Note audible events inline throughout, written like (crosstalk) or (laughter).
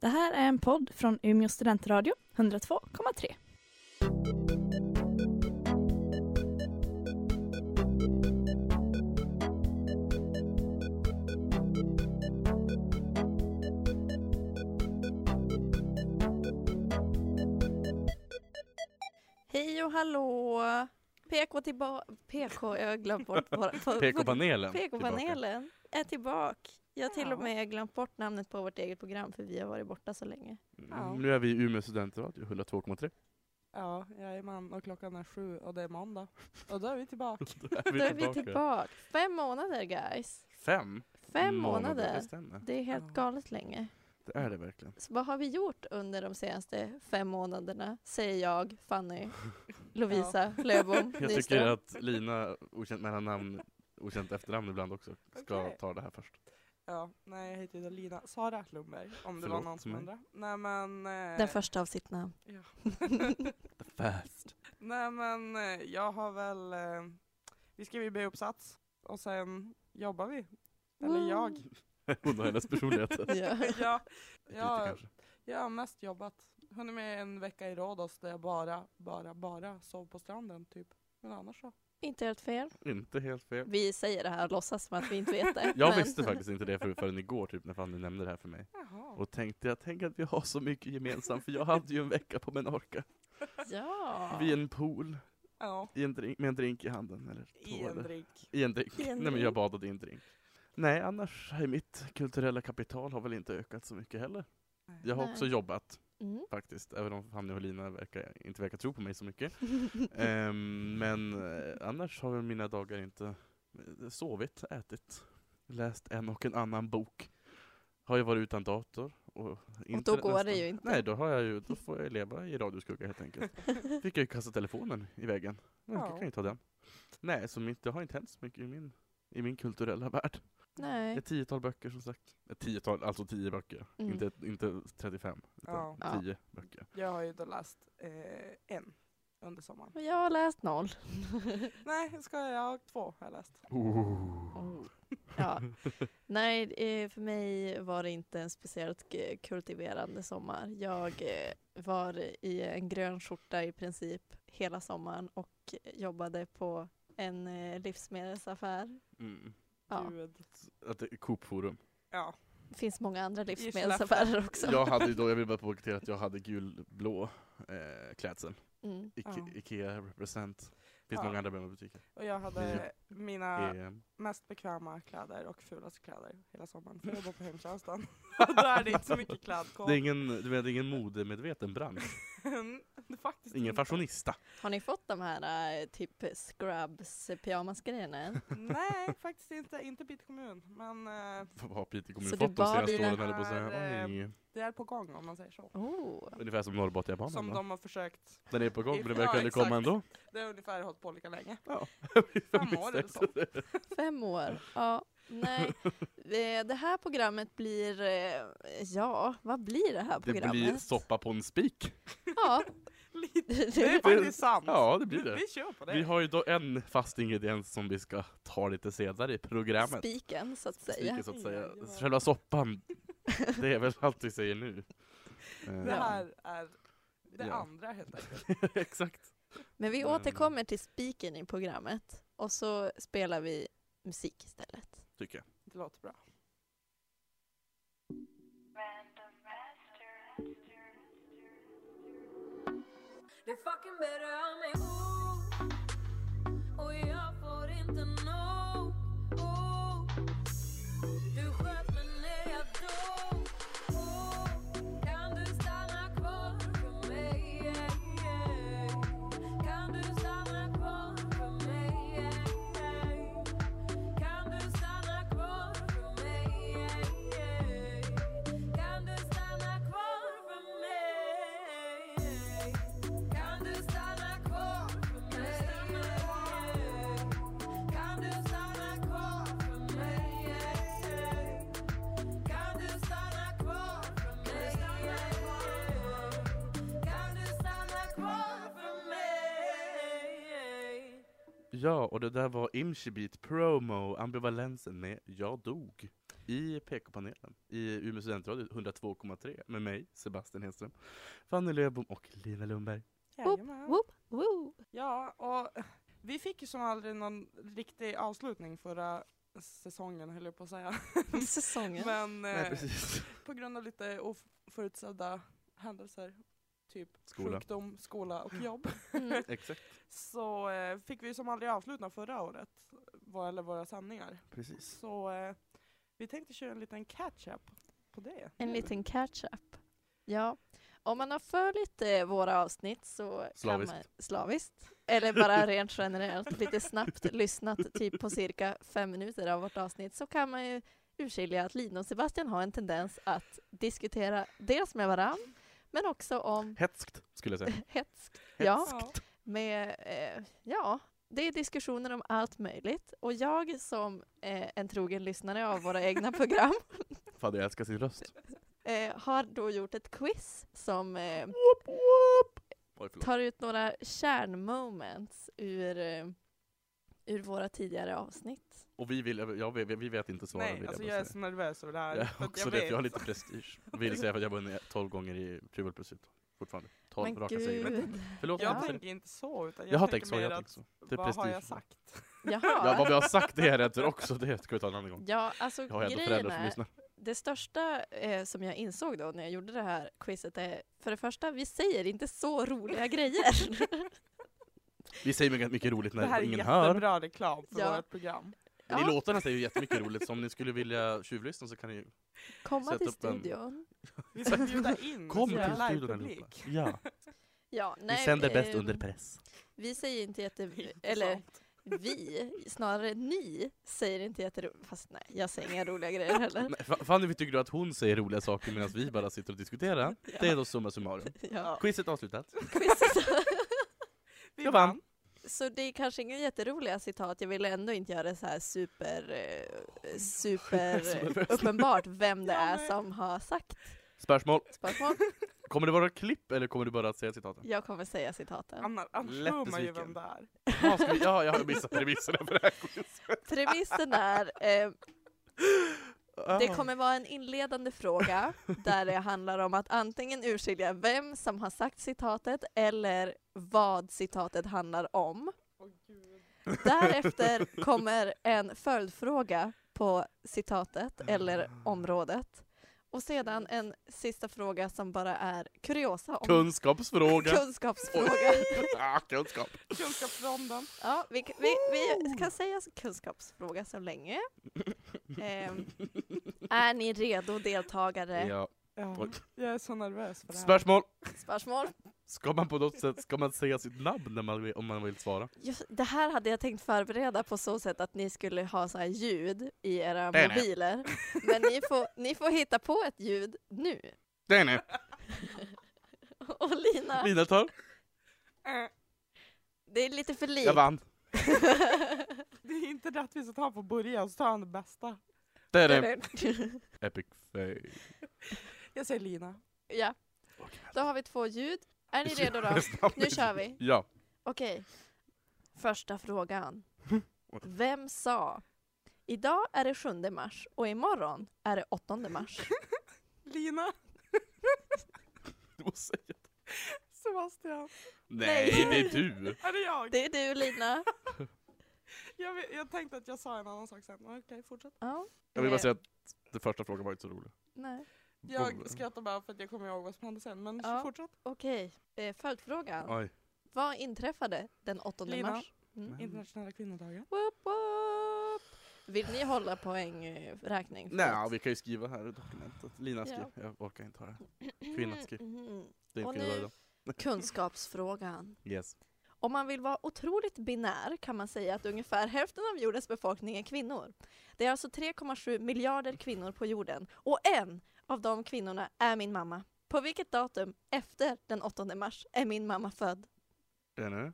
Det här är en podd från Umeå studentradio, 102,3. Hej och hallå! PK tillbaka. PK, jag har glömt bort. våra- (laughs) på- PK-panelen. PK-panelen är tillbaka. Jag har till Ja. och med glömt bort namnet på vårt eget program för vi har varit borta så länge. tillbaka. Ja. Mm, Nu är vi i Umeå studentradio, (laughs) 102,3. Ja, jag är man och klockan är sju och det är måndag. Och då är vi tillbaka. Då är Då är vi tillbaka. Fem månader guys! Fem Fem Mm. Det månader! stämmer. Det är helt Ja. galet länge. Det är det verkligen. Så vad har vi gjort under de senaste fem månaderna? Säger jag, (laughs) Fanny, Lovisa, Löfbom, Jag tycker Nyström. att Lina, okänt mellannamn, okänt efternamn ibland också, ska Okej. ta det här först. Ja, nej jag heter Lina Sara Lundberg, om det var Förlåt någon som mig. undrade. Nej men... eh, Den första av sitt namn. Ja. Fast. nej men eh, jag har väl... Eh, vi skrev ju B-uppsats och sen jobbar vi. Eller jag. Hon och hennes personlighet. (laughs) Ja. (laughs) ja, Lite ja, kanske. jag har mest jobbat. Hunnit med en vecka i Rhodos där jag bara, bara, bara sov på stranden typ. Men annars så. (laughs) Inte helt fel. Inte helt fel. Vi säger det här och låtsas som att vi inte vet det. (laughs) Jag men- visste faktiskt inte det för- förrän igår typ när Fanny nämnde det här för mig. Jaha. Och tänkte jag, tänk att vi har så mycket gemensamt för jag hade ju en vecka på Menorca. Ja. Vid en pool, Ja. i en drink, med en drink i handen. Eller I två, en eller- drink. I en drink. I en Nej men drink. jag badade i en drink. Nej, annars är mitt kulturella kapital har väl inte ökat så mycket heller. Jag har Nej. också jobbat Mm. (laughs) faktiskt, även om Fanny och Lina verkar, inte verkar tro på mig så mycket. (laughs) Ehm, men eh, annars har väl mina dagar inte eh, sovit, ätit, läst en och en annan bok. Har ju varit utan dator. Och, internet går det nästan. ju inte. Nej, då, har jag ju, (laughs) då får jag leva i radioskugga helt enkelt. Fick jag ju kasta telefonen i väggen. Men jag Ja. kan ju ta den. Nej, så mitt, det har inte hänt så mycket i min, i min kulturella värld. Nej. Ett tiotal böcker som sagt. Ett tiotal, alltså tio böcker. Mm. Inte, inte 35, utan Ja. tio böcker. Jag har ju då läst eh, en under sommaren. Men Jag har läst noll. Nej, ska jag ha två har jag läst. Oh. Ja. Nej, eh, för mig var det inte en speciellt k- kultiverande sommar. Jag eh, var i en grön skjorta i princip hela sommaren och jobbade på en eh, livsmedelsaffär. Mm. Ja, Gud. Att det är Coop-forum. Ja. det finns många andra Skellefteå. livsmedelsaffärer också. Jag hade ju då, jag vill bara poängtera att jag hade gulblå eh, klädsel. Mm. Ike, Ja. Ikea represent. Finns Ja. många andra bra butiker. Och jag hade mina EM. mest bekväma kläder och fulaste kläder hela sommaren. För jag jobbar (laughs) på hemtjänsten. Och då är det inte så mycket klädkod. Det är (laughs) ingen, du menar, det är ingen modemedveten bransch? Mm, Det är Faktiskt Ingen inte. fashionista? Har ni fått de här eh, typ scrubs eh, pyjamasgrejerna än? Nej, faktiskt inte. Inte Piteå kommun. Men eh, Vad har Piteå kommun Så det eh, fått de var senaste dina- åren eller på att säga? Här, Oj. det är på gång om man säger så. Oh. Ungefär som Som Norrbotniabanan va? de har försökt. Den är på gång men den Ja, verkar aldrig komma exakt. ändå. Det har ungefär hållit på lika länge. Ja. (laughs) Fem år eller så. Fem år, ja. (laughs) Nej, Eh, det här programmet blir, eh, ja, vad blir det här Det programmet? blir soppa på en spik. Mm. Ja, (laughs) Typ. Det är faktiskt sant. Ja, det blir det. Vi kör på det. Vi har ju då en fast ingrediens som vi ska ta lite senare i programmet. spiken så att säga. Spiken så att säga. Ja, ja. Själva soppan, det är väl allt vi säger nu. Det Eh, här är det Ja. andra helt enkelt. Eh, (laughs) Exakt. Men vi Mm. återkommer till spiken i programmet och så spelar vi musik istället. Tycker jag. Det låter bra. Det fucking better av mig oh. Och jag får inte nog oh. Du sköt mig när jag dog oh. Kan du stanna kvar för mig yeah, yeah. Kan du stanna kvar för mig yeah, yeah. Kan du stanna kvar för mig yeah, yeah. Kan du stanna kvar för mig yeah. Kan du stanna kvar för mig? Kan du stanna kvar för mig? Kan du stanna kvar för mig? Kan du stanna kvar för mig? Ja, och det där var Imshi Beat Promo, ambivalensen med Jag dog. i PK-panelen i Umeå studentradio 102,3 med mig, Sebastian Hedström, Fanny Löfbom och Lina Lundberg. Jajamän. Woop, (laughs) woo. Ja, och vi fick ju som aldrig någon riktig avslutning förra säsongen höll jag på (laughs) att säga. Säsongen. Men Nej, eh, (laughs) precis. på grund av lite oförutsedda händelser, typ Skola. sjukdom, skola (laughs) och jobb, Mm. Exakt. så eh, fick vi ju som aldrig avsluta förra året, vår, eller våra sändningar. Precis. Så eh, vi tänkte köra en liten catch-up på det. En liten catch-up. Ja. Om man har följt eh, våra avsnitt så Slaviskt. kan man slaviskt, eller (laughs) bara rent generellt lite snabbt lyssnat typ på cirka fem minuter av vårt avsnitt så kan man ju urskilja att Lina och Sebastian har en tendens att diskutera dels med varann men också om Hetskt, skulle jag (laughs) säga. hets. Ja, Ja, med, eh, ja, det är diskussioner om allt möjligt och jag som eh, en trogen lyssnare av våra (laughs) egna program Fan, jag älskar sin röst. eh, har då gjort ett quiz som eh, Oj, förlåt. tar ut några kärnmoments ur, eh, ur våra tidigare avsnitt. Och vi, vill, ja, vi, vi vi vet inte svaren. vill Nej, alltså bara jag är säga. så nervös över det här. Jag är för att också det, för jag har vet. lite prestige. Vill säga för att jag har vunnit 12 gånger i Trivial Pursuit. Fortfarande. 12 Men raka segrar. (laughs) gud. Förlåt, Jag Ja. jag, tänker inte så, utan jag, jag har tänker tänkt så. mer Jag har att tänkt så. Det är vad har jag prestige. sagt? Ja, vad Jaha. vi har sagt det är rätt också. Det ska vi ta en annan gång. Ja, alltså Jag har ändå grejen föräldrar som är, lyssnar. det största eh, som jag insåg då när jag gjorde det här quizet är, för det första, vi säger inte så roliga grejer. (laughs) Vi säger mycket, mycket roligt det här när är ingen hör. jättebra reklam för Ja. vårt program. Men i Ja. låtarna säger vi jättemycket roligt, så om ni skulle vilja tjuvlyssna så kan ni Komma Sätt till upp en- studion. Vi ska bjuda (laughs) in Kom så här till studion allihopa. livepublik. (laughs) Ja, Ja, vi nej, sänder bäst ehm, under press. Vi säger inte jätte... Intressant. Eller vi, snarare ni, säger inte jätteroliga... Fast nej, jag säger inga roliga grejer heller. Nej, fa- Fanny, vi tycker du att hon säger roliga saker medan vi bara sitter (laughs) och diskuterar? Det är då summa summarum. Ja, Quizet avslutat. quizet. Vi Jag vann. Så det är kanske inga jätteroliga citat, jag ville ändå inte göra det så här super, eh, Jag är så nervös. super uppenbart vem det Ja, är men- som har sagt Spörsmål. spörsmål. Kommer det vara klipp eller kommer du bara att säga citaten? Jag kommer säga citaten. Annars, annars Lätt tror man ju besviken. vem det är. Ja, ska vi, ja jag har missat premisserna för det här Premissen är, eh, det quizet. kommer vara en inledande fråga där det handlar om att antingen urskilja vem som har sagt citatet eller vad citatet handlar om. Därefter kommer en följdfråga på citatet eller området. Och sedan en sista fråga som bara är kuriosa om Kunskapsfråga. kunskapsfråga. ah, kunskap. Kunskapsronden. Ja, vi, vi, vi kan säga kunskapsfråga så länge. Ehm, är ni redo deltagare? Ja. Ja, Oj. jag är så nervös för det här. Spörsmål. Spörsmål? Ska man på något sätt ska man säga sitt namn när man vill, om man vill svara? Just, det här hade jag tänkt förbereda på så sätt att ni skulle ha så här ljud i era Det är det. mobiler. Men ni får, ni får hitta på ett ljud nu. Det är ni. Och Lina, Mina tar. Eh, det är lite för likt. Jag vann. Det är inte rättvist att han får börja och så tar han det bästa. Det är det. Epic fail. Jag säger Lina. (laughs) ja, då har vi två ljud. Är ni (laughs) redo då? Nu kör vi. Ja. Okej. Första frågan. Vem sa Idag är det 7 mars och imorgon är det 8 mars. (laughs) Lina. (laughs) Du måste säga det. Sebastian. Nej, det är du. Är det jag? Det är du Lina. Jag, vet- jag tänkte att jag sa en annan sak sen. men Okej, fortsätt. Ja. Jag vill bara säga att den första frågan var inte så rolig. Nej. Jag skrattar bara för att jag kommer ihåg vad som hände sen. Men Ja. fortsätt. Okej, eh, följdfrågan. Oj. Vad inträffade den 8 Lina. mars? Mm. (laughs) Internationella kvinnodagen. Woop, woop. Vill ni hålla poängräkning? för Nej, att- vi kan ju skriva här i dokumentet. Lina skrev. Ja. Jag orkar inte ha det. kvinnan skrev. Mhm. Det är Och en kvinna nu- idag. Kunskapsfrågan. Yes. Om man vill vara otroligt binär kan man säga att ungefär hälften av jordens befolkning är kvinnor. Det är alltså 3,7 miljarder kvinnor på jorden och en av de kvinnorna är min mamma. På vilket datum efter den 8 mars är min mamma (laughs) född? Det är nu.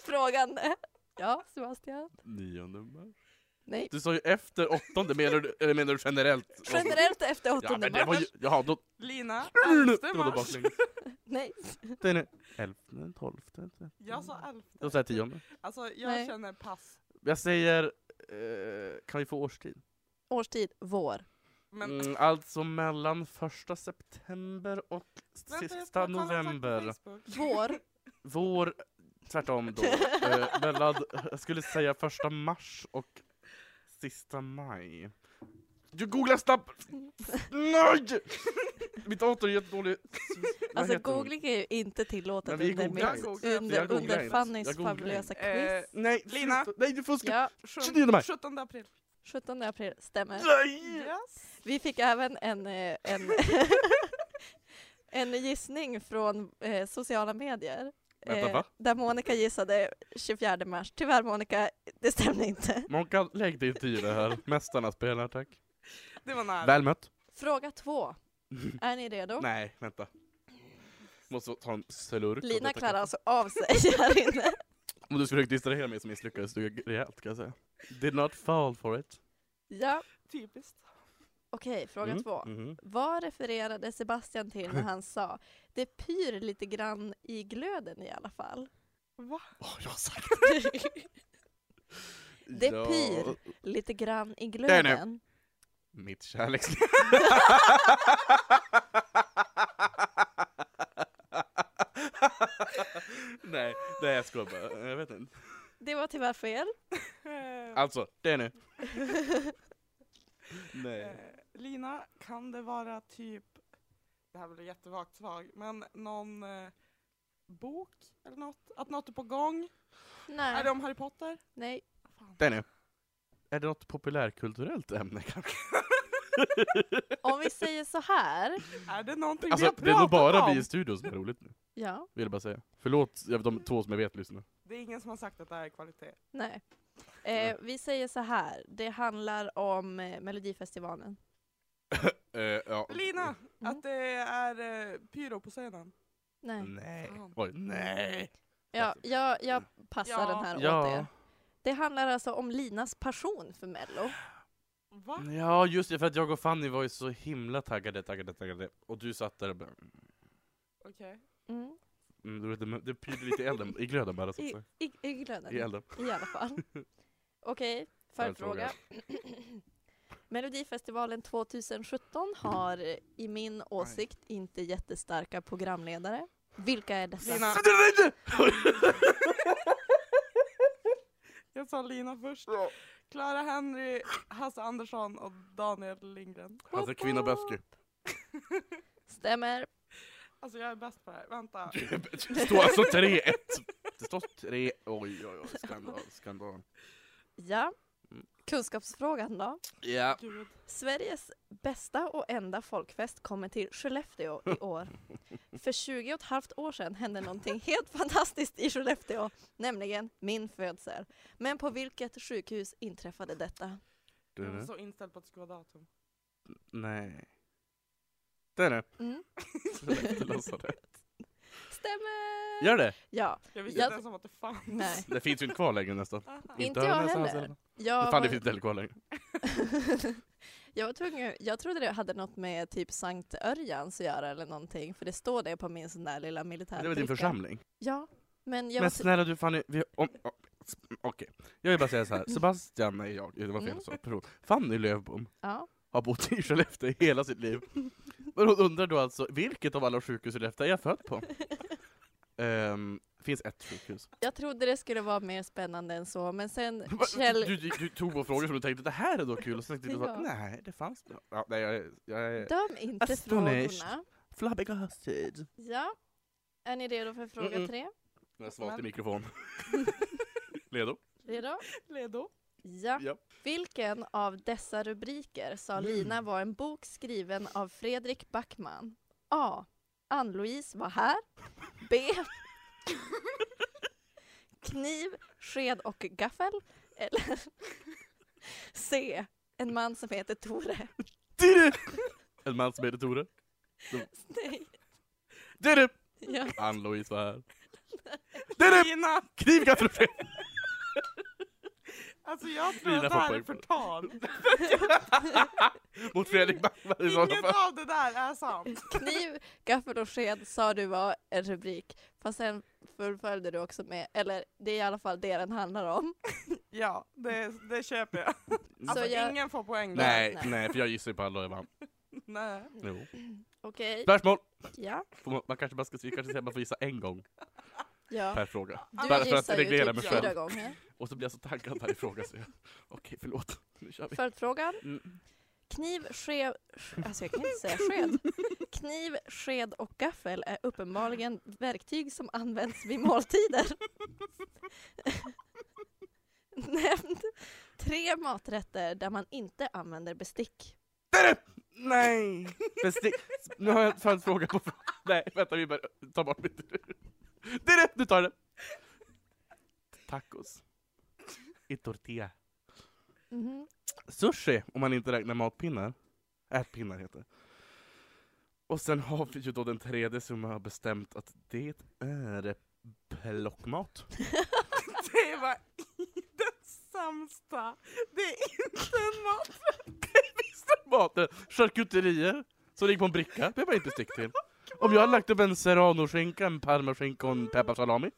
Frågande. Ja, Sebastian? Nionde mars. Nej. Du sa ju efter åttonde, menar du, eller menar du generellt? Generellt efter 8 Ja, men mars? det var ju, jaha, då... Lina. Det elfte var då mars. baklänges. Nej. Det är nu. Elfte, tolfte, trettonde. Jag sa elfte. Jag säger tionde. Alltså jag Nej. känner pass. Jag säger Eh, kan vi få årstid? Årstid, vår. Men Mm, alltså mellan första september och vänta, jag sista ska kolla exakt på november. Facebook. (laughs) Vår. Alltså, Vår, tvärtom (laughs) då. eh, mellan, jag skulle säga första mars och sista maj. Du googlar snabbt! Nej! Mitt dator är jättedålig. Vad Alltså heter hon? googling är ju inte tillåtet Men vi under, googlar min- inte. Jag under, googlar under inte. Fannys Jag googlar fabulösa quiz. Eh, Nej, Lina. sluta. Nej du fuskar! ja, sjut- 29 maj. 17 april. 17 april, (laughs) stämmer. Nej! Yes. Vi fick även en, eh, (laughs) en, en gissning från eh, sociala medier. Eh, Vänta, va? där Monica gissade 24 mars. Tyvärr Monica, det stämde inte. Månkan, lägg dig inte i det här. Mästarna spelar, tack. Det var nära. Väl mött. Fråga (laughs) två. Är ni redo? Nej, vänta. Måste ta en slurk. av Lina detta klarar kaffe. alltså av sig här (laughs) inne. Om du försökte distrahera mig så misslyckades du rejält kan jag säga. Did not fall for it. Ja, Typiskt. okej, fråga Mm, två. mhm. Vad refererade Sebastian till när han sa det pyr lite grann i glöden i alla fall? Va? Åh, jag har sagt Det pyr. lite grann i är nu. glöden. (laughs) Mitt kärleksliv. nej, nej jag skojar bara. Jag vet inte. Det var tyvärr fel. Eh, Alltså, det nu. Nej. eh, Lina, kan det vara typ, det här blir jättevagt svar, men någon eh, bok eller något? Att något är på gång? Är Nej. det om Harry Potter? Nej. Fan. Det nu. Är det något populärkulturellt ämne kanske? (laughs) Om vi säger så här. Är det någonting vi Alltså, har pratat det är nog bara om? vi i studion som är roligt nu. Ja. Vill jag bara säga. Förlåt jag- de två som jag vet lyssnar. Det är ingen som har sagt att det här är kvalitet. Nej. Eh, vi säger så här. Det handlar om eh, Melodifestivalen. Eh, ja. Lina, Mm. att det är eh, pyro på scenen. Nej. Nej. Fan. Oj, nej. Ja, jag, jag passar Ja. den här åt er. Ja. Det handlar alltså om Linas passion för Mello. Va? ja, just det. För att jag och Fanny var ju så himla taggade, taggade, taggade. Och du satt där och bara... Okej. Mm. Mm, det, det pyrde lite i elden, i glöden bara. Så att I, säga. i, I glöden, I i, elden. alla fall. Okej, följdfråga. (clears throat) Melodifestivalen 2017 har eh, i min åsikt inte jättestarka programledare. Vilka är dessa? Lina. Så det är inte! (laughs) Jag sa Lina först. Clara Henry, Hasse Andersson och Daniel Lindgren. Alltså kvinna bösky. Stämmer. Alltså jag är bäst på det här. Vänta. Det står alltså 3-1. Det står 3... Oj, oj, oj. Skandal, skandal. Ja. Mm. Kunskapsfrågan då. Ja. Gud. Sveriges bästa och enda folkfest kommer till Skellefteå i år. För 20 och ett halvt år sedan hände någonting helt (laughs) fantastiskt i Skellefteå, nämligen min födsel. Men på vilket sjukhus inträffade detta? Jag var Du, så inställd på att det skulle vara datum. nej. Det är det. Mm. Skellefteå lasarett. Stämmer! Gör det? Ja, Jag visste Jag- inte ens om att det fanns. nej. Det finns ju inte kvar längre nästan. Aha. Inte jag Höganäs, heller. Hansen. Jag Fan, var, det finns inte heller kvar längre. (laughs) jag, var tvungen, jag trodde det hade något med typ Sankt Örjans att göra eller någonting, för det står det på min sån där lilla militärbricka. Det var din församling. Ja, men jag Men var tv- snälla du Fanny, vi, om, om, s- okej. Jag vill bara säga (laughs) så här. Sebastian, nej jag, det var fel Mm. så, person. Fanny Lövbom ja. har bott i Skellefteå hela sitt liv. Men hon undrar då alltså, vilket av alla sjukhus i Skellefteå är jag född (laughs) på? Ehm, finns ett sjukhus. Jag trodde det skulle vara mer spännande än så, men sen (laughs) Va? Kjell... Du, du, du tog vår fråga som du tänkte, det här är då kul, och sen tänkte du Ja. så, nej det fanns det. Ja, nej jag är, jag är Döm inte Astonished. frågorna. flabbergasted. Ja. Är ni redo för fråga Mm-mm. tre? Jag är svagt i mikrofon. (laughs) Redo? Redo? Ledo. Ja. Ja. Vilken av dessa rubriker sa Lina var en bok skriven av Fredrik Backman? A. Ann-Louise var här. B. Kniv, sked och gaffel. Eller (laughs) C. En man som heter Tore. Didde! En man som heter Tore. Nej. Didde! Ja. Ann-Louise var här. Didde! Lina! Kniv, gaffel och sked. Alltså jag tror Lina att det får här är poäng för det. förtal. Mot Fredrik Backman i sådana Inget fall. av det där är sant. Kniv, gaffel och sked sa du var en rubrik. Fast sen fullföljde du också med, eller det är i alla fall det den handlar om. Ja, det, det köper jag. Alltså Så jag- ingen får poäng där. Nej, Nej. nej, för jag gissar ju på alla och jag vann. Nej. Jo. Okej, Spörsmål! ja. Får man, man kanske bara ska, vi kanske säger att man får gissa en gång ja. per fråga. Du Bara för att gissar ju reglera typ mig fyra själv. gånger. Och så blir jag så taggad varje fråga så jag, okej förlåt, nu kör vi. Följdfrågan. Mm. Kniv, sked... Alltså jag kan inte säga (laughs) sked. Kniv, sked och gaffel är uppenbarligen verktyg som används vid måltider. (laughs) Nämnd tre maträtter där man inte använder bestick. Nej! Bestick. Nu har jag en följdfråga på frågan. Nej, vänta vi bara tar bort mitt Det är det, du tar det! Tacos. I tortilla. Mhm. Sushi, om man inte räknar matpinnar. Ätpinnar heter det. Och sen har vi ju då den tredje som har bestämt att det är plockmat. (laughs) Det var den sämsta. Det är inte en mat. Maten, charkuterier, som ligger på en bricka, behöver jag inte stick till. Om jag har lagt upp en serranoskinka, en parmaskinka och en pepparsalami,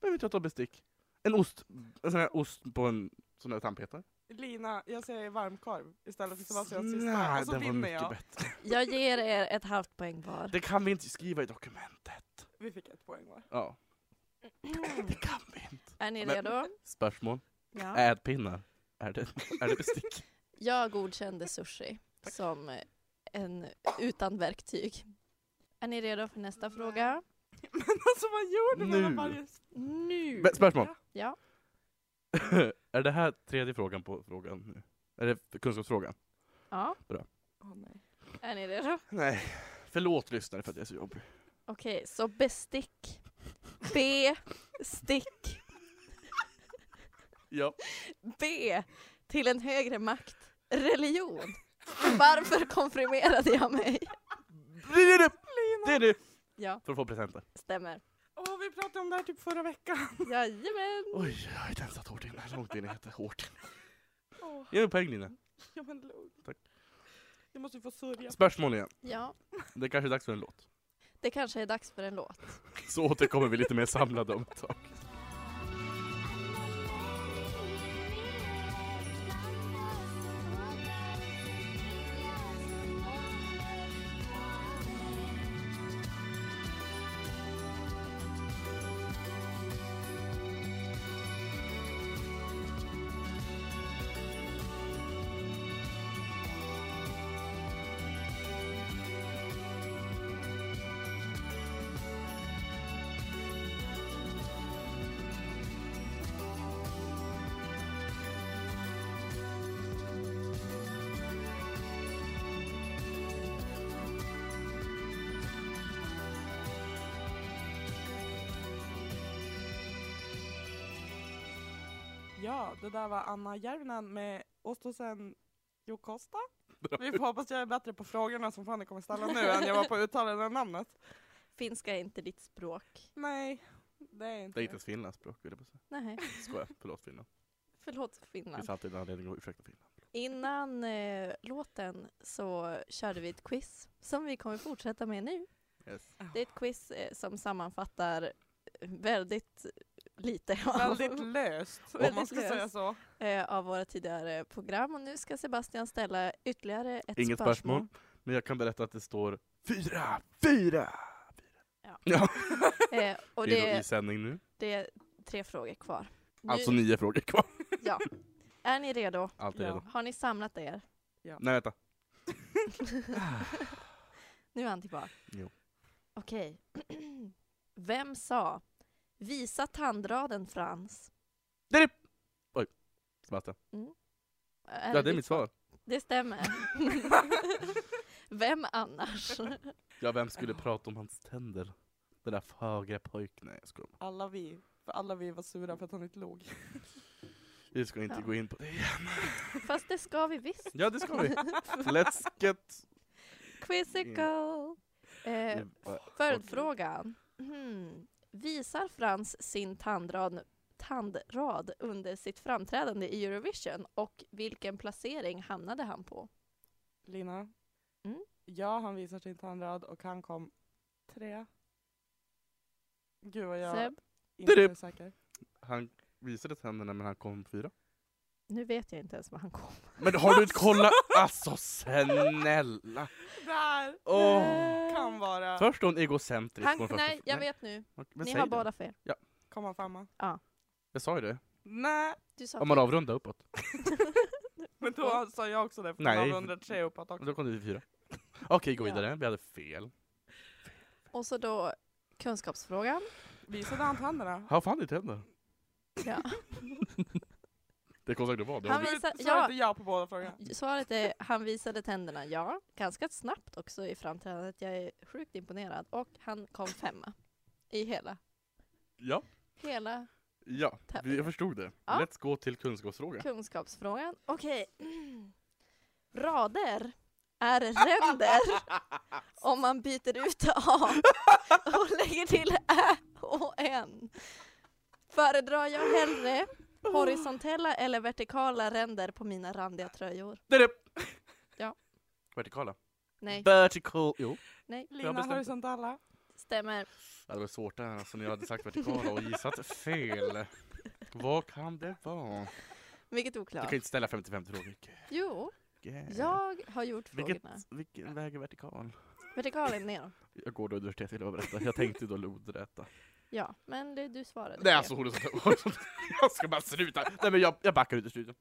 behöver inte jag ta bestick. En ost, en sån här ost på en sån här tandpetare. Lina, jag säger varmkorv istället för Sebastians sista. Nej, Och så den var vinner mycket jag. bättre. Jag ger er ett halvt poäng var. Det kan vi inte skriva i dokumentet. Vi fick ett poäng var. (laughs) (clears throat) Ja, det kan vi inte. Är ni Men- redo? Spörsmål. Ja. Ätpinnar. Är det, är det bestick? (laughs) Jag godkände sushi som en utan verktyg. Är ni redo för nästa fråga? Men alltså vad gjorde Nu. man varje... Nu! Men, spörsmål. Ja. är det här tredje frågan på frågan nu? Är det kunskapsfrågan? Ja, Åh, nej. är ni redo? Nej. Förlåt lyssnare för att jag är så jobbig. Okej, så bestick. B. Stick. Ja. B. Till en högre makt. Religion. Varför konfirmerade jag mig? Det är det! Det är det! Ja, För att få presenter. stämmer. Åh, vi pratade om det här typ förra veckan. Jajamän! Oj, jag har inte ens satt hårt in. här. Långt in i heter hårt. Åh, Ge mig poäng Lina. ja men lugn. Tack. Jag måste ju få sörja. Spörsmål igen. Ja, Det kanske är dags för en låt. det kanske är dags för en låt. Så återkommer vi lite mer samlade om ett (laughs) tag. Ja, det där var Anna Järvinen med Ostosen Jokosta. Vi får hoppas jag är bättre på frågorna som Fanny kommer ställa nu än jag var på uttalandet av namnet. Finska är inte ditt språk. Nej, det är Det inte är inte ens Finlands språk vill jag bara säga. Nej, Skojar, förlåt Finland. förlåt Det Finland. finns alltid en anledning att ursäkta Finland. Innan eh, låten så körde vi ett quiz som vi kommer fortsätta med nu. Yes. Det är ett quiz eh, som sammanfattar väldigt lite av, Väldigt löst, om man Väldigt ska löst. säga så. (laughs) eh, av våra tidigare program. Och nu ska Sebastian ställa ytterligare ett Inget spörsmål. Men jag kan berätta att det står fyra, fyra! Ja. Ja, (laughs) Eh, och vi är nog det, i sändning nu. det är tre frågor kvar. Nu, Alltså nio frågor kvar. ja. Är ni redo? (laughs) Allt är Ja. redo. Har ni samlat er? Nej vänta. Nu är han tillbaka. Jo. Okej. (clears throat) Vem sa “Visa tandraden Frans”? Det är det! Oj, Sebastian. Är Ja, det är ditt mitt svar. Det stämmer. Vem annars? Ja, vem skulle prata om hans tänder? Den där fagra pojken. Nej, jag skojar. Alla vi, för alla vi var sura för att han inte log. Vi ska inte Ja. gå in på det igen. Fast det ska vi visst. Ja, det ska vi. (laughs) Let's get... Quizzical! Mm. Eh, Följdfrågan. Hmm. Visar Frans sin tandrad, tandrad under sitt framträdande i Eurovision och vilken placering hamnade han på? Lina, Mm. ja han visar sin tandrad och han kom tre. Gud vad jag Seb? inte Tudu. är säker. Han visade tänderna men han kom fyra. Nu vet jag inte ens vad han kom. Men har du (laughs) inte kollat? Alltså snälla! Där Åh. kan vara. Först hon egocentrisk. Eh. Han, hon först- nej, jag vet nu. Okej, men Ni säg har det. båda fel. Kom han femma? Jag sa ju det. Nej, Du sa Om man fel. avrundar uppåt. men då sa jag också det för Nej. man var 103 uppåt också. Då kom du till fyra. (laughs) Okej, gå Ja. vidare. Vi hade fel. Och så då kunskapsfrågan. Mm. Visade han tänderna? Har fan inte händer. Ja. (laughs) Det kommer säkert att vara det. Han Då visar- sa ja. inte jag på båda frågorna. Svaret är han visade tänderna, ja. Ganska snabbt också i framträdandet. Jag är sjukt imponerad. Och han kom femma. I hela. Ja, Hela ja. Vi- tävlingen. jag förstod det. Ja. Let's gå till kunskapsfråga. Kunskapsfrågan. Okej. (clears throat) Rader är ränder om man byter ut A och lägger till Ä och N. Föredrar jag hellre horisontella eller vertikala ränder på mina randiga tröjor? Det är det. Ja. Vertikala. Nej, Vertical. Jo. nej, Jag Lina bestämde. horisontella. stämmer. Ja, Det var svårt där, alltså när jag hade sagt vertikala och gissat fel. Vad kan det vara? Vilket Du oklart. kan inte ställa 50-50 frågor. Jo, Gud. jag har gjort Vilket, frågorna. vilken väg är vertikal? Vertikal är ner. Jag går då universitet till att berätta. Jag tänkte (laughs) då lodräta. Ja, men det, du svarade. Nej fel. alltså horisontell. horisontell. (laughs) Jag ska bara sluta. Nej men jag, jag backar ut i studion.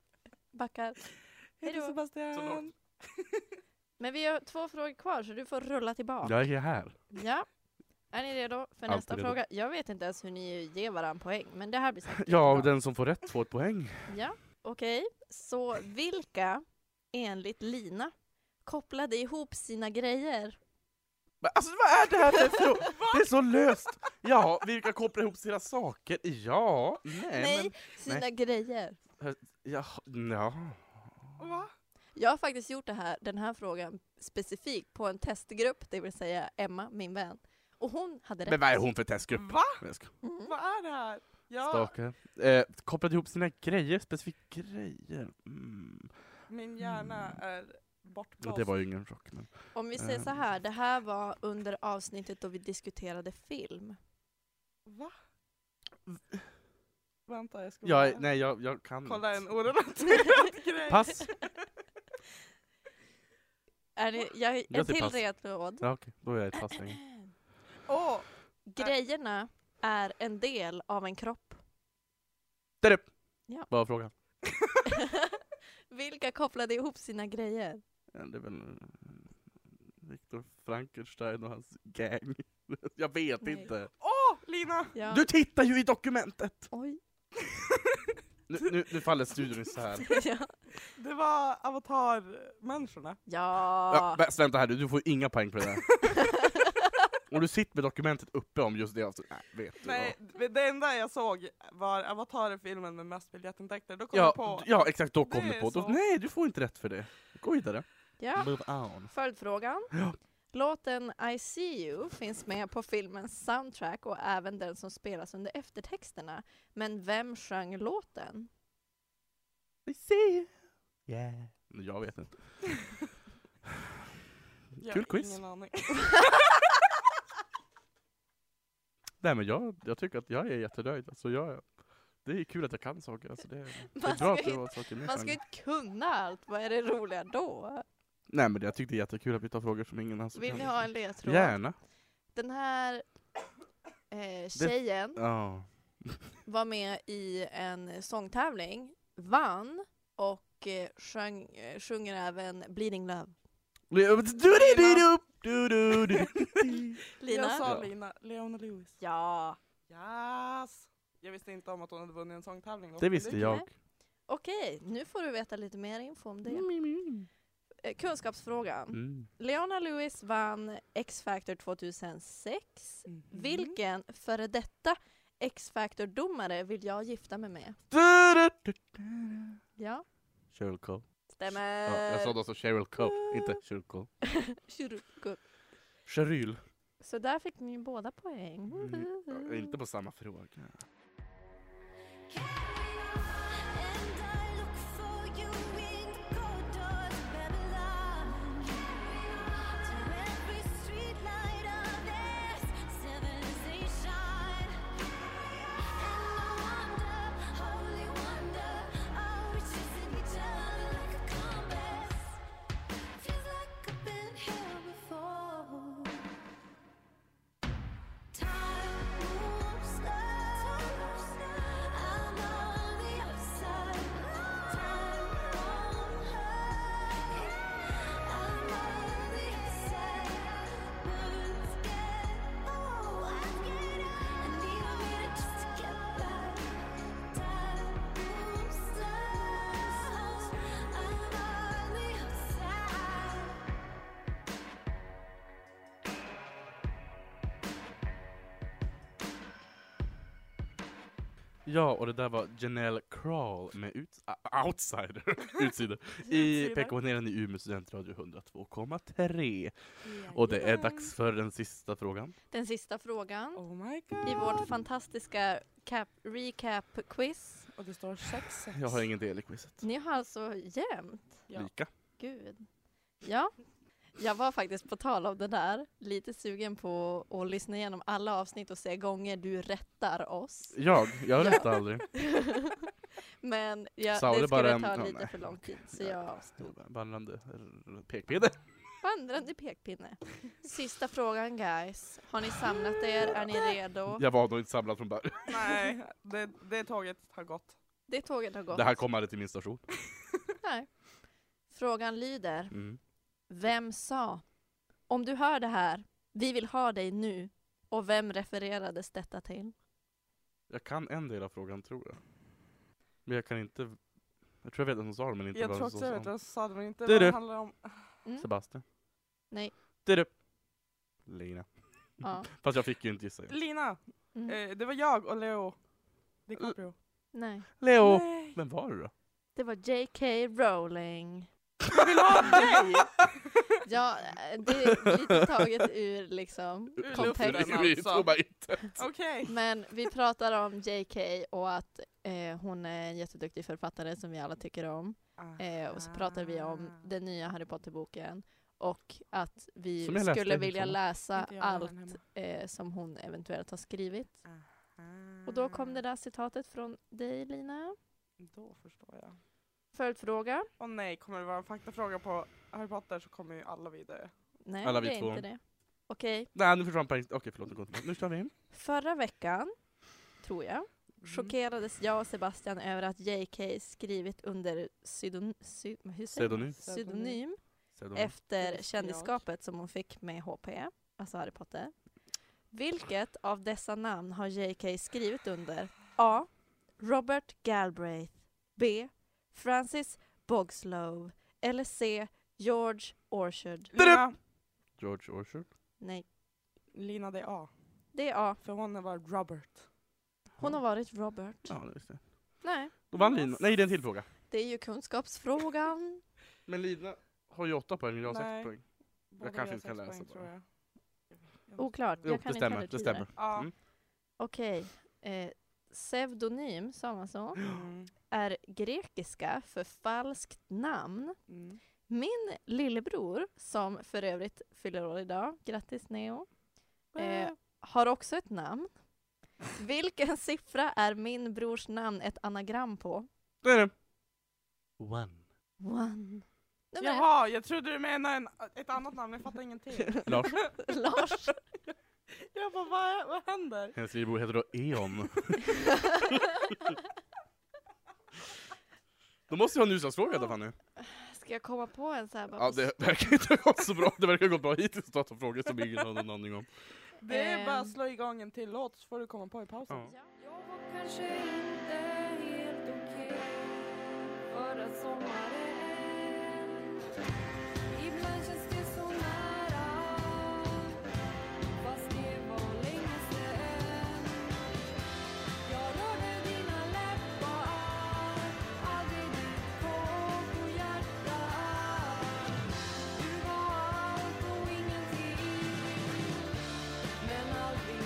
Backar. Hej Hejdå. då Så Sebastian. långt. Men vi har två frågor kvar så du får rulla tillbaka. Jag är här. Ja. Är ni redo för Alltid nästa redo. fråga? Jag vet inte ens hur ni ger varandra poäng, men det här blir säkert Ja, och jättebra. den som får rätt får ett poäng. Ja, okej. Så vilka, enligt Lina, kopplade ihop sina grejer? Men alltså vad är det här för fråga? (laughs) Det är så löst! Ja, vilka kopplar ihop sina saker? Ja, nej, Nej, men... sina grejer. Ja, ja. Va? Jag har faktiskt gjort det här, den här frågan specifikt på en testgrupp, det vill säga Emma, min vän. Och hon hade rätt. Men vad är hon för testgrupp? Va? Jag ska- Mhm. Vad är det här? Jag, Stakare. Eh, kopplade ihop sina grejer, specifikt grejer. Mm. min hjärna är bortblåst. Ja, det var ju ingen chock. Men... Om vi Eh. säger så här, det här var under avsnittet då vi diskuterade film. Va? Vänta, jag ska Jag, bara nej, jag, jag kan kolla en inte. orelaterad (laughs) grej. Pass! Är det, jag, Jag en säger till pass. ledtråd. Ja, okej, då är jag ett (laughs) pass längre. Åh, (laughs) Grejerna är en del av en kropp. (laughs) Där upp! Ja. Vad var frågan? Vilka kopplade ihop sina grejer? Ja, Det är väl eh, Viktor Frankenstein och hans gang. (laughs) Jag vet Nej. inte. åh Lina! Ja. Du tittar ju i dokumentet! (laughs) Oj. Nu, nu, nu faller studion isär. ja. Det var avatarmänniskorna. (laughs) Ja, ja. men vänta här du, du får inga poäng på det där. (laughs) Om du sitter med dokumentet uppe om just det avsnittet, nej vet du Nej, det enda jag såg var avatarfilmen med mest biljettintäkter. Då kom vad. jag Ja, på... ja exakt, då kom Det du är på. Då, så. nej du får inte rätt för det. Gå vidare. (laughs) ja. Move on. Följdfrågan. Ja. Låten I see you finns med på filmens soundtrack och även den som spelas under eftertexterna. Men vem sjöng låten? (laughs) I see Yeah. Jag (laughs) vet inte. Jag Kul har quiz. Ingen aning. Nej men jag, jag tycker att jag är jättenöjd. Alltså, jag, det är kul att jag kan saker. Alltså, (laughs) det, är- det Man är ska bra att du ju- har saker med Man ska ju inte kunna allt, vad är det roliga då? Nej men jag tyckte det är jättekul att vi tar frågor som ingen alltså Vill ni ha en ledtråd? Gärna. Den här eh, tjejen Ja. var med i en sångtävling, vann och eh, sjöng, eh, sjunger även Bleeding Love. Du-du-du-du, (laughs) (laughs) du-du-du-du. Lina? Jag sa Ja. Lina, Leona Lewis. Ja. Yes! Jag visste inte om att hon hade vunnit en sångtävling. då. Det visste jag. Okej, nu får du veta lite mer info om det. Eh, kunskapsfrågan. Mm. Leona Lewis vann X-Factor 2006. Mhm. Vilken före detta X-Factor-domare vill jag gifta mig med? Ja, Cheryl Cole. stämmer. Ja, jag sa då så Cheryl Cole, inte Cheryl Cole. Kyrkor. Cheryl. Så där fick ni båda poäng. Mm, ja, Inte på samma fråga. Holy wonder, oh, it's just an Ja, och det där var Janelle Crawl med ut, a- Outsider (laughs) utsida, i Utsidan. PK-panelen i Umeå studentradio 102,3. Och det är dags för den sista frågan. Den sista frågan Oh my god. i vårt fantastiska cap- recap-quiz. Och det står 6-6. Jag har ingen del i quizet. Ni har alltså jämnt. Ja. Lika. Gud. Ja. Jag var faktiskt, på tal om det där, lite sugen på att lyssna igenom alla avsnitt och se gånger du rättar (laughs) oss. (laughs) Jag, jag Ja. rättade aldrig. Men jag, Saul är det bara skulle en- ta ja, lite nej. för lång tid så Ja. jag avstod. Vandrande r- pekpinne. Vandrande pekpinne. Sista frågan guys. Har ni samlat er? Är ni redo? Jag var nog inte samlad från början. (laughs) Nej, det, det tåget har gått. Det tåget har gått. Det här kom aldrig till min station. Nej. Frågan lyder. Mm. Vem sa? Om du hör det här, vi vill ha dig nu. Och vem refererades detta till? Jag kan en del av frågan tror jag. Men jag kan inte... Jag tror jag vet vem som sa det men inte Jag vad tror som också jag sa vet det. vad som sa det, men inte Du, vad det du. handlar om. Mm. Sebastian. Nej. Det är du. Lina. Ja. Fast jag fick ju inte gissa. Lina! Mm. Eh, det var jag och Leo DiCaprio. Nej. Leo! Nej! Vem var det då? Det var J.K. Rowling. Jag vill ha (laughs) dig! Ja, eh, det är (laughs) lite taget ur liksom Ur kontexten. luften. alltså. Okej. Men vi pratar om J.K. och att eh, hon är en jätteduktig författare som vi alla tycker om. Eh, och så pratar vi om Ah. den nya Harry Potter-boken och att vi Som jag läste skulle helt vilja samma. läsa Inte jag har allt den hemma. eh, som hon eventuellt har skrivit. Ah. Och då Mm. kom det där citatet från dig Lina. Då förstår jag. Följdfråga? Och nej, kommer det vara en faktafråga på Harry Potter så kommer ju alla vidare. Nej, Alla vi det är två. inte det. Okej, Nej nu försvann poängen. Okej förlåt, nu går inte. Nu kör vi in. förra veckan, tror jag, Mm. Mm. chockerades jag och Sebastian över att J.K. skrivit under pseudon, sy, hur säger man? Pseudonym. pseudonym Säger de. efter visste kändisskapet som hon fick med H.P., alltså Harry Potter. Vilket av dessa namn har J.K. skrivit under? A. Robert Galbraith B. Francis Bogslow eller C. George Orchard. Lina, George Orchard. Nej, Lina det är A. det är A. För hon var Robert. Hon har varit Robert. Ja, det visste jag. Nej, Då vann Lina. Nej det är en till fråga. det är ju kunskapsfrågan. Men Lina har ju åtta poäng och jag har sex Nej. poäng. Båda kanske gör inte kan sex läsa poäng, bara. tror jag. Oklart, Jo, jag kan det inte stämmer. heller Det tyda. stämmer. Ja. Mm. Okej. Eh, pseudonym, sa man så, Mm. är grekiska för falskt namn. Mm. Min lillebror, som för övrigt fyller år idag, grattis Neo, Mm. eh, har också ett namn. Vilken (laughs) siffra är min brors namn ett anagram på? Det är det. One. Mm. One. Nej, men, Jaha, jag trodde du menade en, ett annat namn, jag fattar ingenting. Lars. (laughs) Lars. (laughs) jag bara, vad, vad händer? Hennes lillebror heter då Eon. (laughs) Då måste jag ha en utslagsfråga då Fanny. Ska jag komma på en så här? Bara Ja, på det verkar inte ha gått så bra. Det verkar ha gått bra hittills att ta frågor som ingen har någon aning om. Det är Ehm. bara att slå igång en till låt så får du komma på i pausen. Ja. Jag var kanske inte helt okej förra sommaren. Ibland känns det så nära, fast det var länge sedan. Jag rörde dina läppar, aldrig du kom på hjärtat. Du var allt och ingenting, men aldrig mer.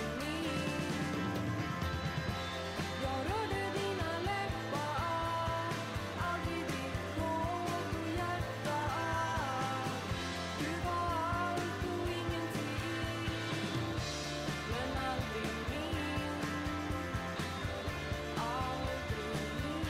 Jag rörde dina läppar, aldrig ditt hår och hjärta. Du var allt och ingenting, men aldrig min. Aldrig min. Aldrig min.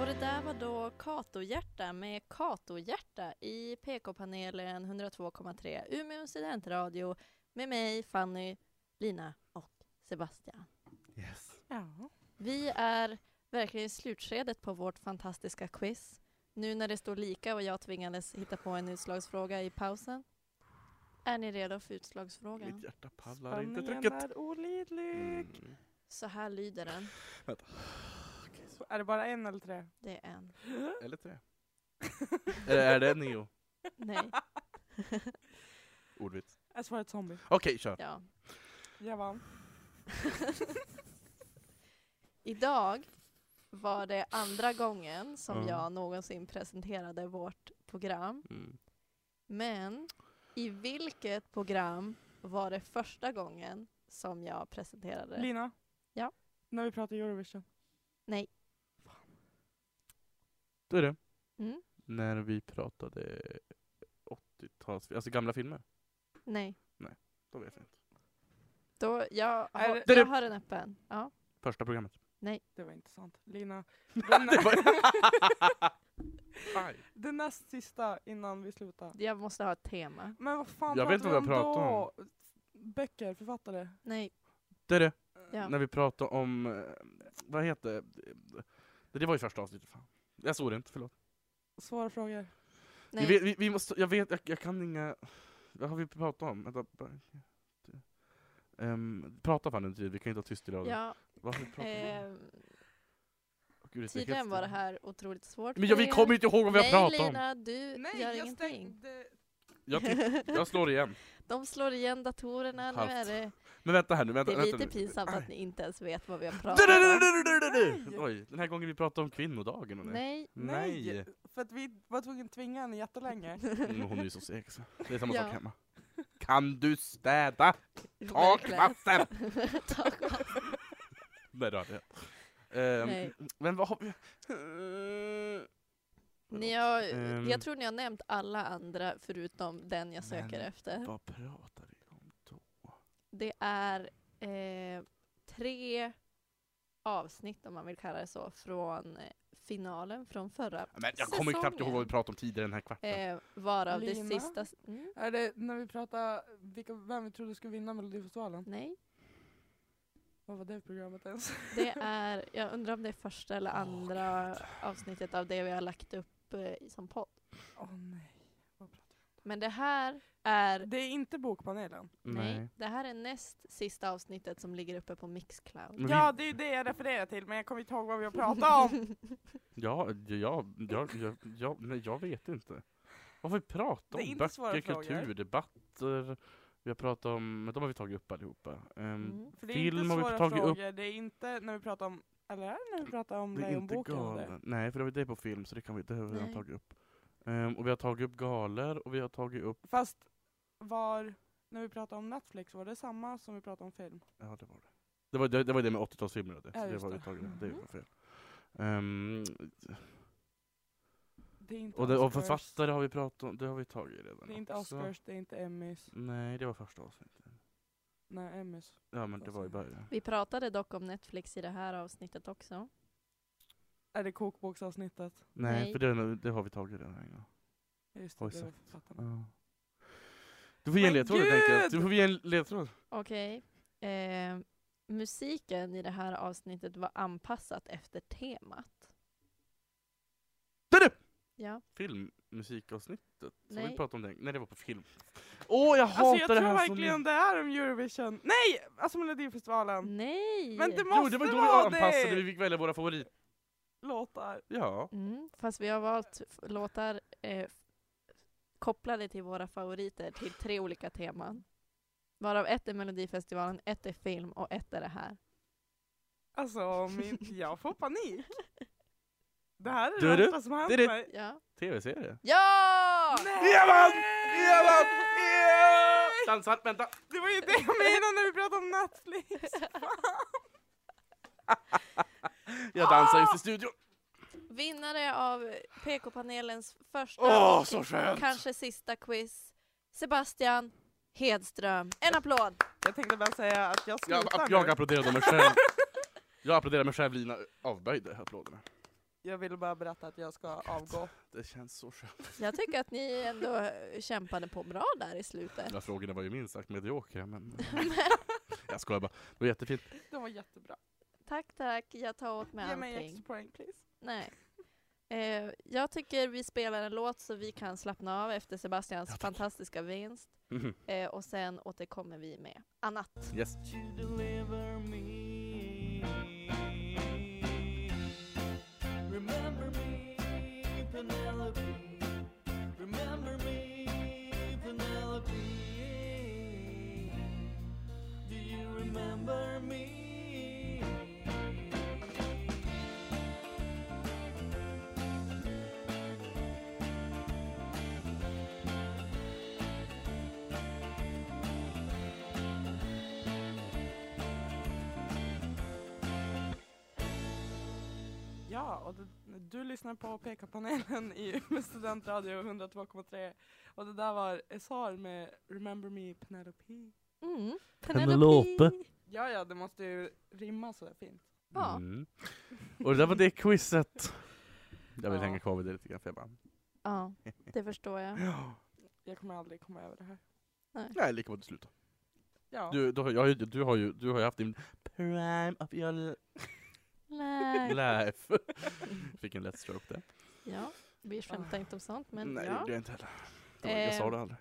Och det där var då Katohjärta med Katohjärta i PK-panelen 102,3 Umeå studentradio med mig, Fanny, Lina och Sebastian. Yes. Ja. Vi är verkligen i slutskedet på vårt fantastiska quiz. Nu när det står lika och jag tvingades hitta på en utslagsfråga i pausen. Är ni redo för Mitt utslagsfrågan? hjärta pallar inte Spänningen trycket. är olidlig. Mm. Så här lyder den. Okej, så. Är det bara en eller tre? Det är en. Eller (laughs) tre. E Eller är det Neo? Nej. Ordvits. Är svaret zombie? Okej, kör. Ja. Jag vann. Idag var det andra gången som Ja. jag någonsin presenterade vårt program. Mm. Men i vilket program var det första gången som jag presenterade det? Lina? Ja? När vi pratar Eurovision. Då är det. Mm? När vi pratade 80-tals... Alltså gamla filmer. Nej. Då vet jag inte. Då, jag, Är har, det- jag har den öppen. Ja. Första programmet. Det var intressant. (laughs) Lina, Det var... Aj. (laughs) det näst sista innan vi slutar. Jag måste ha ett tema. Men vad fan Jag vet vi inte vad jag pratar om. då? Böcker, författare. Nej. Det är det. Ja. När vi pratade om... eh, Vad heter det? Det var ju första avsnittet. Fan. Jag såg det inte, förlåt. Svåra frågor. Nej. Vi, vi, vi måste, jag vet, jag, jag kan inga... Vad har vi pratat om? Vänta. bara- Ehm, prata fan under tiden, vi kan inte ha tyst i radion. Ja, Vad har vi pratat om? ehm, Åh, Gud, det är så tydligen hemskt. var det här otroligt svårt Men för jag, vi er. kommer ju inte ihåg vad vi har pratat Nej om. Lina, du gör ingenting. Jag, titt- (laughs) jag slår igen. De slår igen datorerna, nu Halvt. är det, Men vänta här nu, vänta. det är lite vänta nu. pinsamt att ni inte ens vet vad vi har pratat om. Du-du-du-du-du-du-du-du! Oj, den här gången vi pratade om kvinnodagen och det. Nej, Nej. För att vi var tvungna att tvinga (laughs) henne jättelänge. Mm, hon är ju så seg. så. Det är samma Ja. sak hemma. Kan du städa verkligen. (laughs) takvatten? Takvatten. (laughs) Nej, det hade jag. Ehm, Nej. Men vad har vi... Eh, Ni har, Ehm. jag tror ni har nämnt alla andra förutom den jag söker Men- efter. Vad pratar vi om då? Det är eh, tre avsnitt, om man vill kalla det så, från eh, finalen från förra. Men jag kommer knappt ihåg vad vi pratade om tidigare den här kvarten. Eh, varav Lina? det sista... s- Mm, (laughs) Är det när vi pratar vilka, vem vi trodde skulle vinna Melodifestivalen? nej, Vad var det (laughs) programmet ens? det är... Jag undrar om det är första eller Åh, andra avsnittet av det vi har lagt upp eh, i- som podd. Åh nej. Men det här är... Det är inte Bokpanelen. Nej. det här är näst sista avsnittet som ligger uppe på Mixcloud. Men vi- Ja, det är ju det jag refererar till, men jag kommer inte ihåg vad vi har pratat om. Ja, ja, ja, ja, ja, nej, jag vet inte. Vad har vi pratat Det är om? inte Böcker, svåra frågor. kulturdebatter. Vi har pratat om, men de har vi tagit upp allihopa. Ehm, (laughs) Mm. För det är Film inte har vi svåra tagit upp. frågor, det är inte när vi pratar om, eller är det när vi pratar om det är inte Lejonboken? och galor. det? Nej, för det var det på film, så det, kan vi, det har vi redan Nej. tagit upp. Ehm, och vi har tagit upp galor och vi har tagit upp... Fast var, när vi pratade om Netflix, var det samma som vi pratade om film? Ja, det var det. Det var det, det, var det med 80-talsfilmer. och Det, Ja, så det just var det. det Mm. tagit upp. Det Mhm. var fel. Ehm, Det är inte och, det, och Oscars. författare har vi pratat om, det har vi tagit redan Det är inte också. Oscars, det är inte Emmys. Nej, det var första avsnittet. Nej, Emmys. Ja, men det var i början. Vi pratade dock om Netflix i det här avsnittet också. Är det kokboksavsnittet? Nej, Nej. för det, det har vi tagit redan en gång. Just det, Oj, det var sant. författarna. Ja. Du får ge en Men ledtråd helt enkelt. gud! Du får ge en ledtråd. Okej. Eh, musiken i det här avsnittet var anpassat efter temat. Där du! Ja. Filmmusikavsnittet. Nej. Vi Nej. pratade om den. Nej, det var på film. Åh, jag hatar Alltså jag det tror här som... verkligen det är om Eurovision. Nej! Alltså Melodifestivalen. Nej! Men det Jo, måste det var ju då vi vara anpassade, det! vi fick välja våra favorit... Låtar. Ja. Mm, fast vi har valt f- låtar eh, f- kopplade till våra favoriter till tre olika teman. Varav ett är Melodifestivalen, ett är film och ett är det här. Alltså, (laughs) min, jag får panik. Det här är Du, det du. värsta som har hänt Det är det. mig. Ja! Tv-serie. Ja! Nej! Ja, man! Ja, man! Ja! Dansar, vänta. (laughs) Det var ju (laughs) det jag menade när vi pratade om Netflix. Jag dansar just i studion. Vinnare av PK-panelens första Åh, och så skönt! kanske sista quiz, Sebastian Hedström. En applåd! Jag tänkte bara säga att jag Jag, slutar jag nu. applåderade (laughs) mig själv. Jag applåderade mig själv, Lina avböjde applåderna. Jag ville bara berätta att jag ska avgå. Det känns så skönt. Jag tycker att ni ändå eh, kämpade på bra där i slutet. Ja, frågorna var ju minst sagt (laughs) mediokra, men... (laughs) jag skojar bara. Det var jättefint. Det var jättebra. Tack, tack. Jag tar åt mig Ge mig allting. extra poäng please. Nej. Eh, jag tycker vi spelar en låt så vi kan slappna av efter Sebastians Ja, tack. fantastiska vinst. Mhm. Eh, och sen återkommer vi med annat. Yes. Penelope. Remember me, Penelope. remember me. Ja, och det, du lyssnar på PK-panelen i (laughs) Umeå studentradio 102,3 och det där var Esar med Remember Me Penelope. Mm. Penelope. Ja, ja, det måste ju rimma sådär fint. Ja. Mm. Och det där var det quizet. Jag vill Ja. hänga kvar vid det lite grann för jag bara, Ja, det förstår jag. ja. Jag kommer aldrig komma över det här. Nej, lika bra att sluta. Ja, Du, du, har- jag, har ju- du, har ju, du har ju haft din prime of your Nej. (laughs) life. Fick en lätt stroke där. Ja, vi skämtar inte om sånt, men Nej, det ja. gjorde jag inte heller. Det var, jag sa Eh. det aldrig.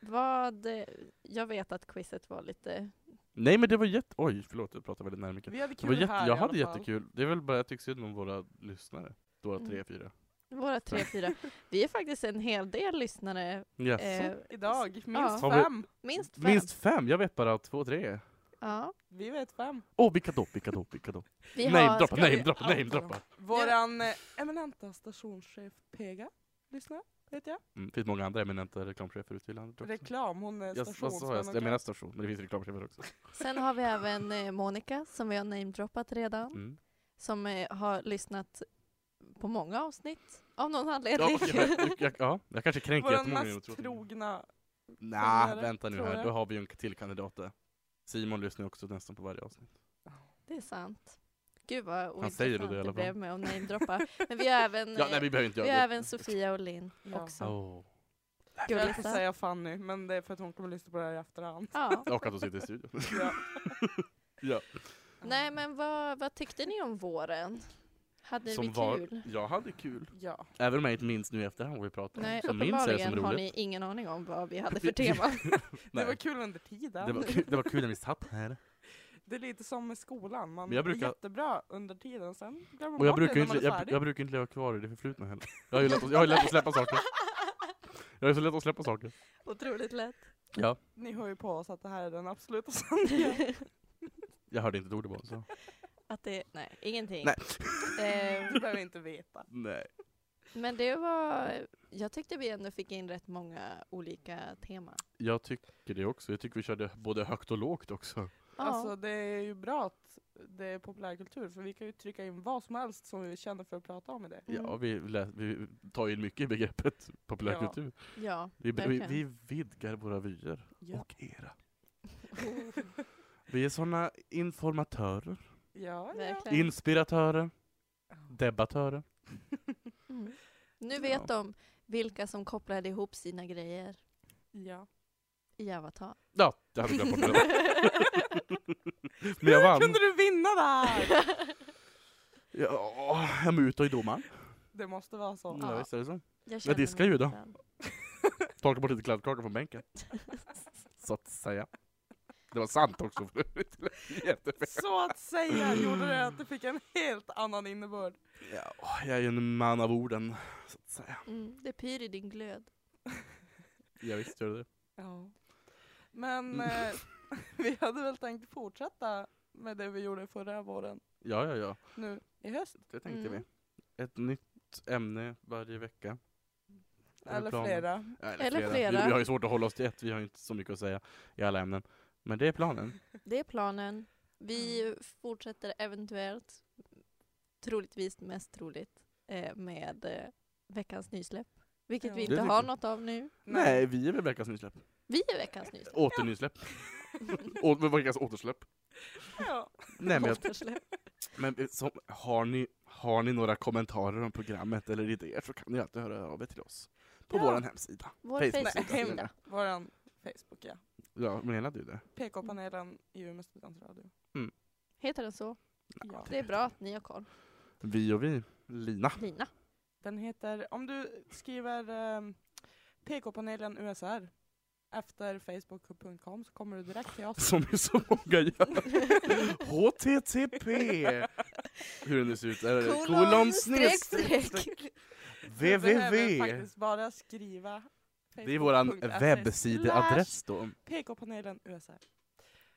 Vad, eh, jag vet att quizet var lite... Nej men det var jätte... Oj, förlåt jag pratar väldigt nära mycket. vi hade Det var kul jätte... här Jag i hade alla fall. jättekul. Det är väl bara, jag tycker synd om våra lyssnare. Våra Mm. tre, fyra. Våra tre, fyra. Vi är faktiskt en hel del lyssnare. Yes. Eh, Idag, minst Har vi- fem. minst fem. Minst fem, jag vet bara två, tre. Ja. Vi vet fem. Åh, oh, vilka då, vilka då, vilka då? Vi har... Namedroppa, ska vi- namedroppa, namedroppa! Våran eh, eminenta stationschef Pega lyssnar, vet jag. Mm, finns många andra eminenta reklamchefer ute i landet också. Reklam, hon är Jag, vad sa jag? stationsmannakram. jag menar station, men det finns reklamchefer också. Sen har vi även eh, Monica som vi har namedroppat redan. Mm. Som eh, har lyssnat på många avsnitt av någon Ja, anledning. jag, jag, ja, jag kanske kränker Våran jättemånga. mest Nej, trogna. nah, följare, vänta nu tror här, jag. då har vi ju en till kandidat där. Simon lyssnar ju också nästan på varje avsnitt. (laughs) Det är sant. Gud vad säger det i ointressant det, alla fall. blev med att (laughs) namedroppa. Men vi har även, (laughs) Ja, nej eh, vi behöver inte vi har göra det. även Sofia och Linn Ja. också. Åh. Jag höll Gullista. på att säga Fanny, men det är för att hon kommer lyssna på det här i (laughs) efterhand. Ja. Och att de sitter (laughs) i studion. Ja. Ja. Nej men vad, vad tyckte ni om våren? Hade Som vi var- kul? Jag hade kul. Ja. Även om jag inte minns nu i efterhand vad vi pratade Nej, om, så minns jag det som uppenbarligen har roligt. ni ingen aning om vad vi (laughs) hade för tema. Nej. Det var kul under tiden. det, var kul, det var kul när vi satt (laughs) här. Det är lite som med skolan, man Men jag brukar- är jättebra under tiden, sen glömmer Och jag bort brukar, det ju när inte, man är jag, färdig. jag brukar inte leva kvar i det förflutna heller. Jag har ju lätt att, jag har ju lätt att släppa saker. Jag är så lätt att släppa saker. Otroligt lätt. (laughs) Ja. Ni hör ju på oss att det här är den (laughs) absoluta sanningen. Jag hörde inte ett ord det var så. Att det, nej, ingenting. (laughs) Nej. Eh, Du behöver inte veta. Nej. men det var, jag tyckte vi ändå fick in rätt många olika teman. Jag tycker det också. Jag tycker vi körde både högt och lågt också. Ja, Alltså det är ju bra att det är populärkultur, för vi kan ju trycka in vad som helst som vi känner för att prata om i det. Ja, vi, lä- vi tar in mycket i begreppet populärkultur. ja Vi, vi, verkligen. vi vidgar våra vyer. Ja. Och era. Vi är sådana informatörer, Ja, ja. verkligen. inspiratörer, debattörer. Mm. Nu vet Ja. de vilka som kopplade ihop sina grejer ja. i Avatar. Ja, det hade (laughs) jag glömt (laughs) bort. Men jag vann. Kunde du vinna det här? Ja, jag mutar ju domaren. Mm, Det måste vara så. Ja, visst är det så. Jag känner diskar mig ju då. liten. Torka bort lite kladdkaka från (laughs) bänken. Så att säga. Det var sant också (laughs) för övrigt. Det lät jättefel. (laughs) Så att säga gjorde det att det fick en helt annan innebörd. Ja, jag är ju en man av orden, så att säga. Mm, det pyr i din glöd. Jag visste det. Ja. Men Mm. eh, (laughs) vi hade väl tänkt fortsätta med det vi gjorde förra våren Ja, ja, ja. nu i höst. Det tänkte Mm. vi. Ett nytt ämne varje vecka. Är det Eller planen? flera. Ja, Eller Vi, flera. vi har ju svårt att hålla oss till ett, vi har ju inte så mycket att säga i alla ämnen. Men det är planen. Det är planen. Vi fortsätter eventuellt, troligtvis mest troligt, eh, med eh, veckans nysläpp. Vilket Ja. vi Det inte tycker har jag. något av nu. Nej, vi är väl veckans nysläpp. Vi är veckans nysläpp. Åternysläpp. Å- men veckans återsläpp. (laughs) Ja. (laughs) Nej, men, jag, (laughs) Återsläpp. men eh, som, har, ni, har ni några kommentarer om programmet eller idéer så kan ni alltid höra av er till oss. På Ja. vår hemsida. Vår Facebook. Facebook-sida. Våran Facebook ja. Ja, menade du det? PK-panelen i Umeå studentradio. Heter den så? Ja. Det är bra att ni har koll. Vi och vi. Lina. (laughs) Lina. Den heter, om du skriver ehm, PK-panelen USR efter facebook.com så kommer du direkt till oss. Som ju så många gör. HTTP. Hur den nu ser ut. Är det Eh, Kolon snedstreck. Du behöver www. faktiskt bara skriva Det är våran facebook.se slash webbsideadress då. PK-panelen USR.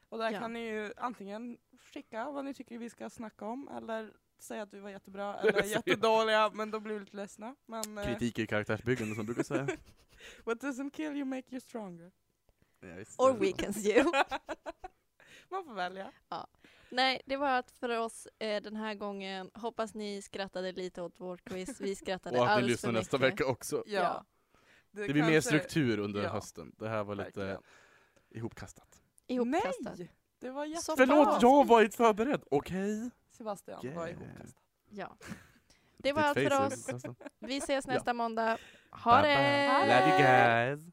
Och där Ja. kan ni ju antingen skicka vad ni tycker vi ska snacka om eller säga att vi var (laughs) jättebra eller jättedåliga men då blir vi lite ledsna. Men eh, Kritik är karaktärsbyggande som brukar säga. what doesn't kill you make (laughs) you stronger. Ja, (laughs) visst. Or weakens you. Man får välja. Nej, det var allt för oss eh, den här gången. Hoppas ni skrattade lite åt vårt quiz. Vi skrattade Och att ni alldeles lyssnar för nästa mycket. vecka också. Ja. Ja. Det blir mer kanske- struktur under ja, hösten. Det här var lite verkligen. ihopkastat. Ihopkastat. Nej! Det var jättebra. Som Förlåt, fan. jag var inte förberedd! Okej? Sebastian var Yeah. ihopkastad. Ja. Det var allt för oss. Vi ses nästa måndag. Ha Bye det! bye. alltså. Love you guys!